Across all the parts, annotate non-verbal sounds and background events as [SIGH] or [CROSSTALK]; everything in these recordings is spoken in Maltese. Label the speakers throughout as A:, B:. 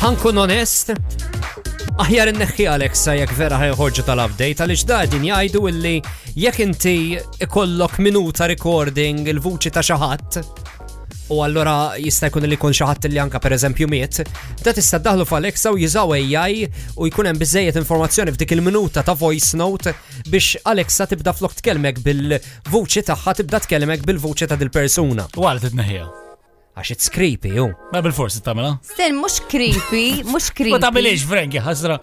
A: ħankun onest, aħjar inneħħi Alexa jekk vera ħajħorġu tal-update għaliex dadin jgħidu illi jekk inti ikollok minuta recording il-vuċi ta' xi ħadd, u allora jista' jkun li jkun xi ħadd li anka pereżempju miet, da tista' daħlu f'Alexa u jiżaw AI u jkun hemm biżejjed informazzjoni f'dik il-minuta ta' voice note biex Alexa tibda flok tkellmek bil-vuċi tagħha tibda tkellmek bil-vuċi ta' dil-persuna
B: U għal titneħija.
A: għax it's creepy u.
B: Ma bil-forsi tamela.
C: Sten, mux creepy, mux creepy.
B: Ma tamilix, Franki, ħasra.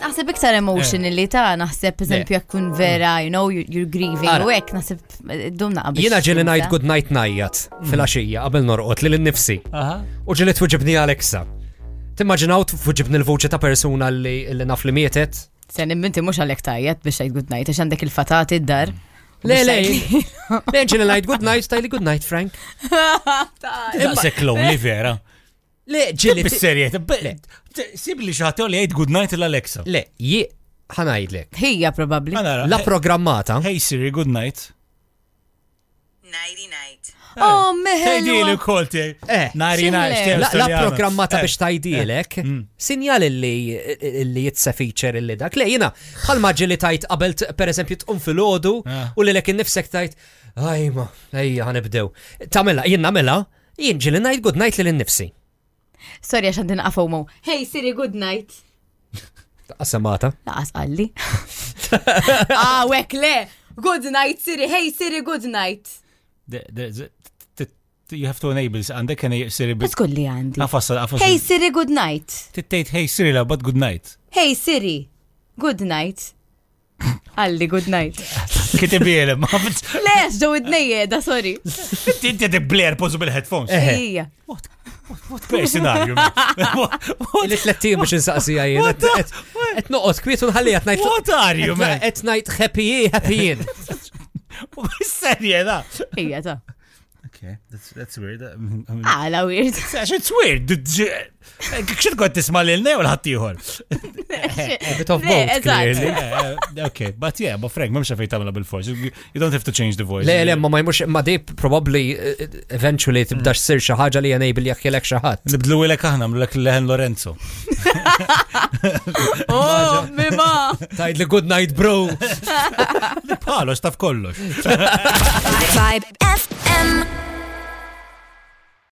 C: Naħseb iktar
A: Eh.
C: emotionally ta' naħseb eżempju jekk kun vera, you know, you're you're grieving.
A: Ara.
C: U hekk naħseb eh, dumna qabel.
A: Jina ġili
C: xtinsa.
A: najt good night najjat fil-axija qabel norqot li l-nifsi
B: Aha.
A: u ġili tfuġibni Alexa. Timmaġinaw tfuġibni l-vuċi ta' persuna li li naf li mietet?
C: Sen imminti mux għalek tajjat biex għajt good night, għax għandek il-fatati id-dar.
A: Le, le, le, ġili najt good night, tajli good night, Frank.
B: Daqsek lonely vera.
A: Le, ġili.
B: Bis-serjet, sib li xaħtew li jgħid good night l-Alexa.
A: Le, ji, ħanajdlek.
C: [LAUGHS] Hija probabli.
B: Għanara,
A: La programmata.
B: Hey Siri, good night.
D: Nighty night.
C: Oh,
B: Tejdi li
C: meħel.
B: kol tiegħi.
A: Eh,
B: Nari nari,
C: ximle.
B: xtiem
A: La, la
B: storjana.
A: programmata
B: Eh, mm.
A: biex tajdilek, sinjal li li jitsa feature li dak. Le, jina, bħal maġi li tajt qabel t- per eżempju tqum fil-ħodu
B: Ah.
A: u li lek nifsek tajt, ajma, ejja, ħanibdew. Tamela, jien namela, jien ġili najt good night li l-nifsi.
C: Sorry għax għandin għafomu. Hey Siri, good night.
A: Assamata.
C: Laqas
A: [LAUGHS]
C: għalli. Ah, wek le. Good night, Siri. Hey Siri, good night.
B: The- the- the- t- t- You have to enable this. Għandek għani Siri. bi-
C: Bas kolli
A: Ah,
C: għandi.
B: Għafassal,
C: Hey
B: għafassal.
C: Siri, good night.
B: Tittejt, hey Siri, la, but good night. [LAUGHS]
C: Hey Siri, good [LAUGHS] night. Għalli, good night.
B: Kitibielem, ma fitx.
C: Lex, ġew id-nejje, da sorry.
B: Tinti għadek bler pozu bil-headphones.
A: Eh.
C: Ejja.
B: What person are you? man?
A: [LAUGHS]
B: What- what-
A: Il-tlettim biex nsaqsi għajin.
B: What the-
A: Et noqot kwiet u nħalli għat najt.
B: What are you, man?
A: Et najt happy, happy in.
B: [LAUGHS] Bis-serje, da.
C: Ejja, ta.
B: Okay, that's, that's weird.
C: Għala, weird.
B: Għax Ah, it's weird. eh, Kxed kont tisma l-nej u [LAUGHS] l-ħattijħor.
A: A bit of
C: Le,
A: both,
C: eżatt.
A: clearly.
B: Okay, but yeah, but Frank, memxa fej tamla bil-force. You you don't have to change the voice.
A: Le, le, ma ma jmux, ma di probably eh, eventually tibda xsir xaħġa li jenejbil jek jelek xaħat.
B: Nibdlu ilek aħna, mlu lek leħen [LAUGHS] Lorenzo.
C: Oh, mima.
A: Tajd li good night, bro.
B: Paolo, staf kollox.
E: Vibe FM.